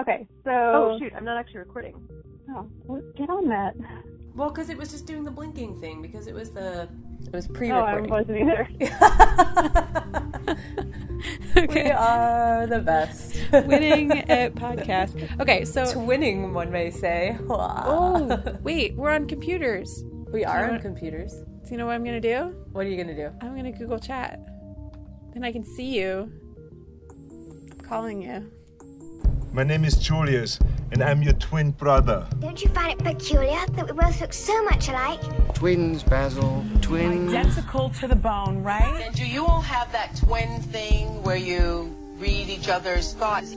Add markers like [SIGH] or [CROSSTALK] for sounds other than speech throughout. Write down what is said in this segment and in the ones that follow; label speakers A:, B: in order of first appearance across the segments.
A: Okay, so
B: Oh shoot, I'm not actually recording.
A: Oh, well, get on that.
B: Well, because it was just doing the blinking thing because it was the it was
A: Oh, I
B: pre-recording.
A: wasn't either.
B: [LAUGHS] We are the best. [LAUGHS]
C: Winning at podcast. Okay, so
B: Twinning, one may say.
C: oh
B: [LAUGHS]
C: wait, we're on computers. So
B: we are on computers.
C: you know what I'm gonna do?
B: What are you gonna do?
C: I'm gonna Google Chat. Then I can see you. I'm calling you.
D: My name is Julius, and I'm your twin brother.
E: Don't you find it peculiar that we both look so much alike?
F: Twins, Basil. Twins.
G: identical to the bone, right?
H: And do you all have that twin thing where you read each other's thoughts?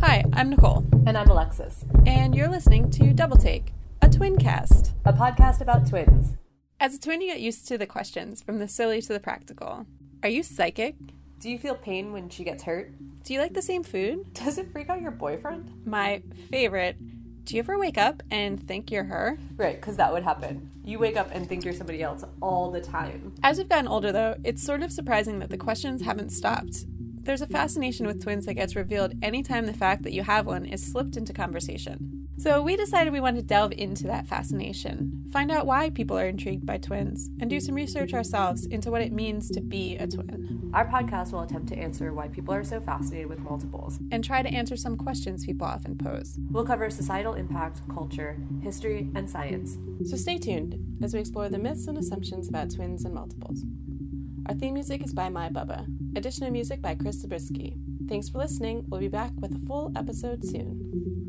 C: Hi, I'm Nicole,
B: And I'm Alexis,
C: and you're listening to Double Take, a twin cast.
B: a podcast about twins.
C: As a twin, you get used to the questions, from the silly to the practical. Are you psychic?
B: Do you feel pain when she gets hurt?
C: Do you like the same food?
B: Does it freak out your boyfriend?
C: My favorite. Do you ever wake up and think you're her?
B: Right, because that would happen. You wake up and think you're somebody else all the time.
C: As we've gotten older, though, it's sort of surprising that the questions haven't stopped. There's a fascination with twins that gets revealed anytime the fact that you have one is slipped into conversation. So we decided we wanted to delve into that fascination, find out why people are intrigued by twins, and do some research ourselves into what it means to be a twin,
B: Our podcast will attempt to answer why people are so fascinated with multiples.
C: and try to answer some questions people often pose.
B: We'll cover societal impact, culture, history, and science.
C: So stay tuned as we explore the myths and assumptions about twins and multiples. Our theme music is by My Bubba. Additional music by Chris Zabriskie. Thanks for listening. We'll be back with a full episode soon.